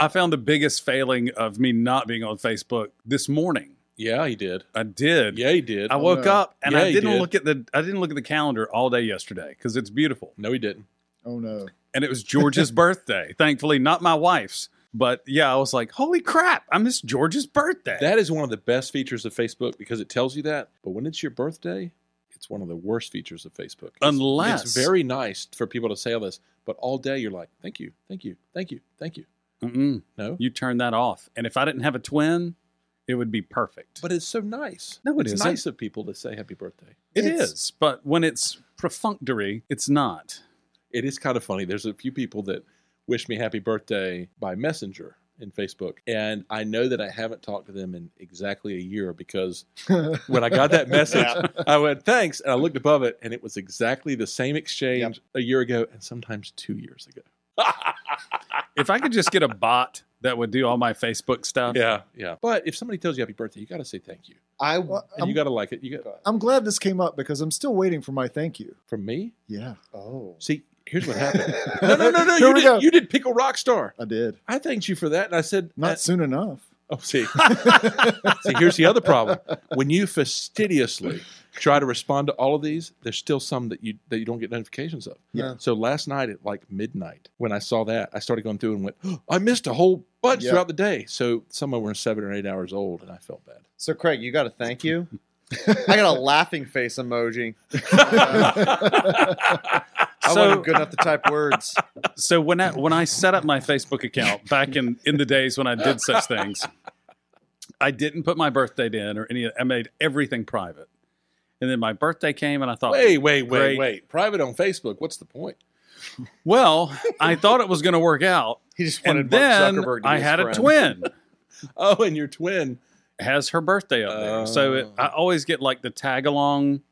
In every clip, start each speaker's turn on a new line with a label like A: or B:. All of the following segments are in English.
A: I found the biggest failing of me not being on Facebook this morning.
B: Yeah, he did.
A: I did.
B: Yeah, he did.
A: I woke
C: no.
A: up and
B: Yeah,
A: I
B: you
A: didn't
B: did.
A: look at the I didn't look at the calendar all day yesterday because it's beautiful.
B: No, he didn't.
C: Oh no.
A: And it was George's birthday. Thankfully, not my wife's. But yeah, I was like, holy crap, I missed George's birthday.
B: That is one of the best features of Facebook because it tells you that. But when it's your birthday, it's one of the worst features of Facebook. It's-
A: Unless-
B: it's very nice for people to say all this, but all day you're like, thank you, thank you, thank you, thank you.
A: Mm-mm.
B: No,
A: You turn that off. And if I didn't have a twin, it would be perfect.
B: but it's so nice.
A: No, it
B: it's
A: isn't.
B: nice of people to say happy birthday.
A: It
C: It's-
A: is, but when it's perfunctory, it's not.
B: It is kind of funny. There's a few people that wish me happy birthday by messenger in Facebook, and I know that I haven't talked to them in exactly a year because when I got that message, I went, thanks. And I looked above it, and it was exactly the same exchange a year ago and sometimes two years ago.
A: If I could just get a bot that would do all my Facebook stuff,
B: Yeah, yeah. But if somebody tells you happy birthday, you got to say thank you.
C: I
B: And
C: I'm,
B: you got to like it. You got
C: I'm glad this came up because I'm still waiting for my thank you.
B: From me?
C: Yeah.
D: Oh.
B: See, here's what happened. no, no, no, no.
C: Here
B: You
C: we
B: did,
C: go.
B: you did Pickle Rockstar.
C: I did.
B: I thanked you for that. And I said,
C: Not
B: uh,
C: soon enough.
B: oh, see. see, here's the other problem. When you fastidiously try to respond to all of these, there's still some that you that you don't get notifications of.
C: Yeah.
B: So last night at like midnight, when I saw that, I started going through and went, "Oh, I missed a whole bunch
C: Yeah.
B: throughout the day. So some of them were seven or eight hours old, and I felt bad.
D: So Craig, you got a thank you. I got a laughing face emoji. I
A: So-
D: wasn't good enough to type words.
A: so when I when I set up my Facebook account back in in the days when I did such things, I didn't put my birthday in or any. I made everything private, and then my birthday came, and I thought,
B: wait, wait, wait,
A: Oh, Great.
B: wait. Private on Facebook. What's the point?
A: well, I thought it was going to work out,
D: He just wanted
A: and
D: Mark
A: then
D: Zuckerberg to be
A: I
D: his
A: had a
D: friend.
A: twin
B: Oh, and your twin.
A: has her birthday up there, so it,
D: Oh.
A: I always get like the tag along.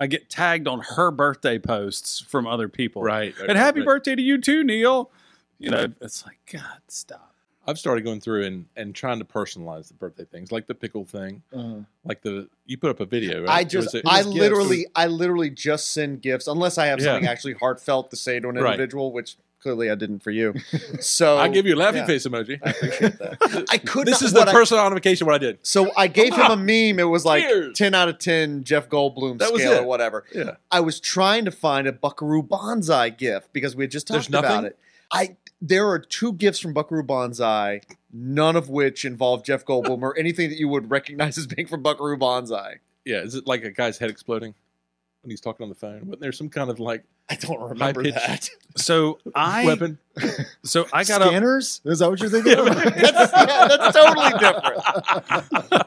A: I get tagged on her birthday posts from other people,
B: Right.
A: And happy birthday to you too, Neil. You know, it's like God, stop.
B: I've started going through and, and trying to personalize the birthday things, like the pickle thing,
C: Uh,
B: like the you put up a video. Right?
D: I
B: It was
D: just,
B: a-
D: I
C: gifts.
D: literally, I literally just send gifts unless I have
B: Yeah.
D: something actually heartfelt to say to an
B: Right.
D: individual, which clearly I didn't for you. So
B: I give you a laughing
D: yeah.
B: face emoji.
D: I appreciate that. I could.
B: This
D: not-
B: is the
D: what I-
B: personification. What I did.
D: so I gave him a meme. It was like
B: Cheers.
D: ten out of ten Jeff Goldblum
B: That was
D: scale or
B: it.
D: whatever.
B: Yeah.
D: I was trying to find a Buckaroo Banzai gift because we had just
B: There's
D: talked about
B: nothing?
D: it. I there are two gifts from Buckaroo Banzai, none of which involve Jeff Goldblum or anything that you would recognize as being from Buckaroo Banzai.
B: Yeah. Is it like a guy's head exploding when he's talking on the phone? Wasn't there some kind of like
D: I don't
B: high
D: remember
B: pitched
D: that.
A: So I
B: weapon?
A: so I got up.
C: Scanners? Is that what you're thinking? of?
D: that's, yeah, that's totally different.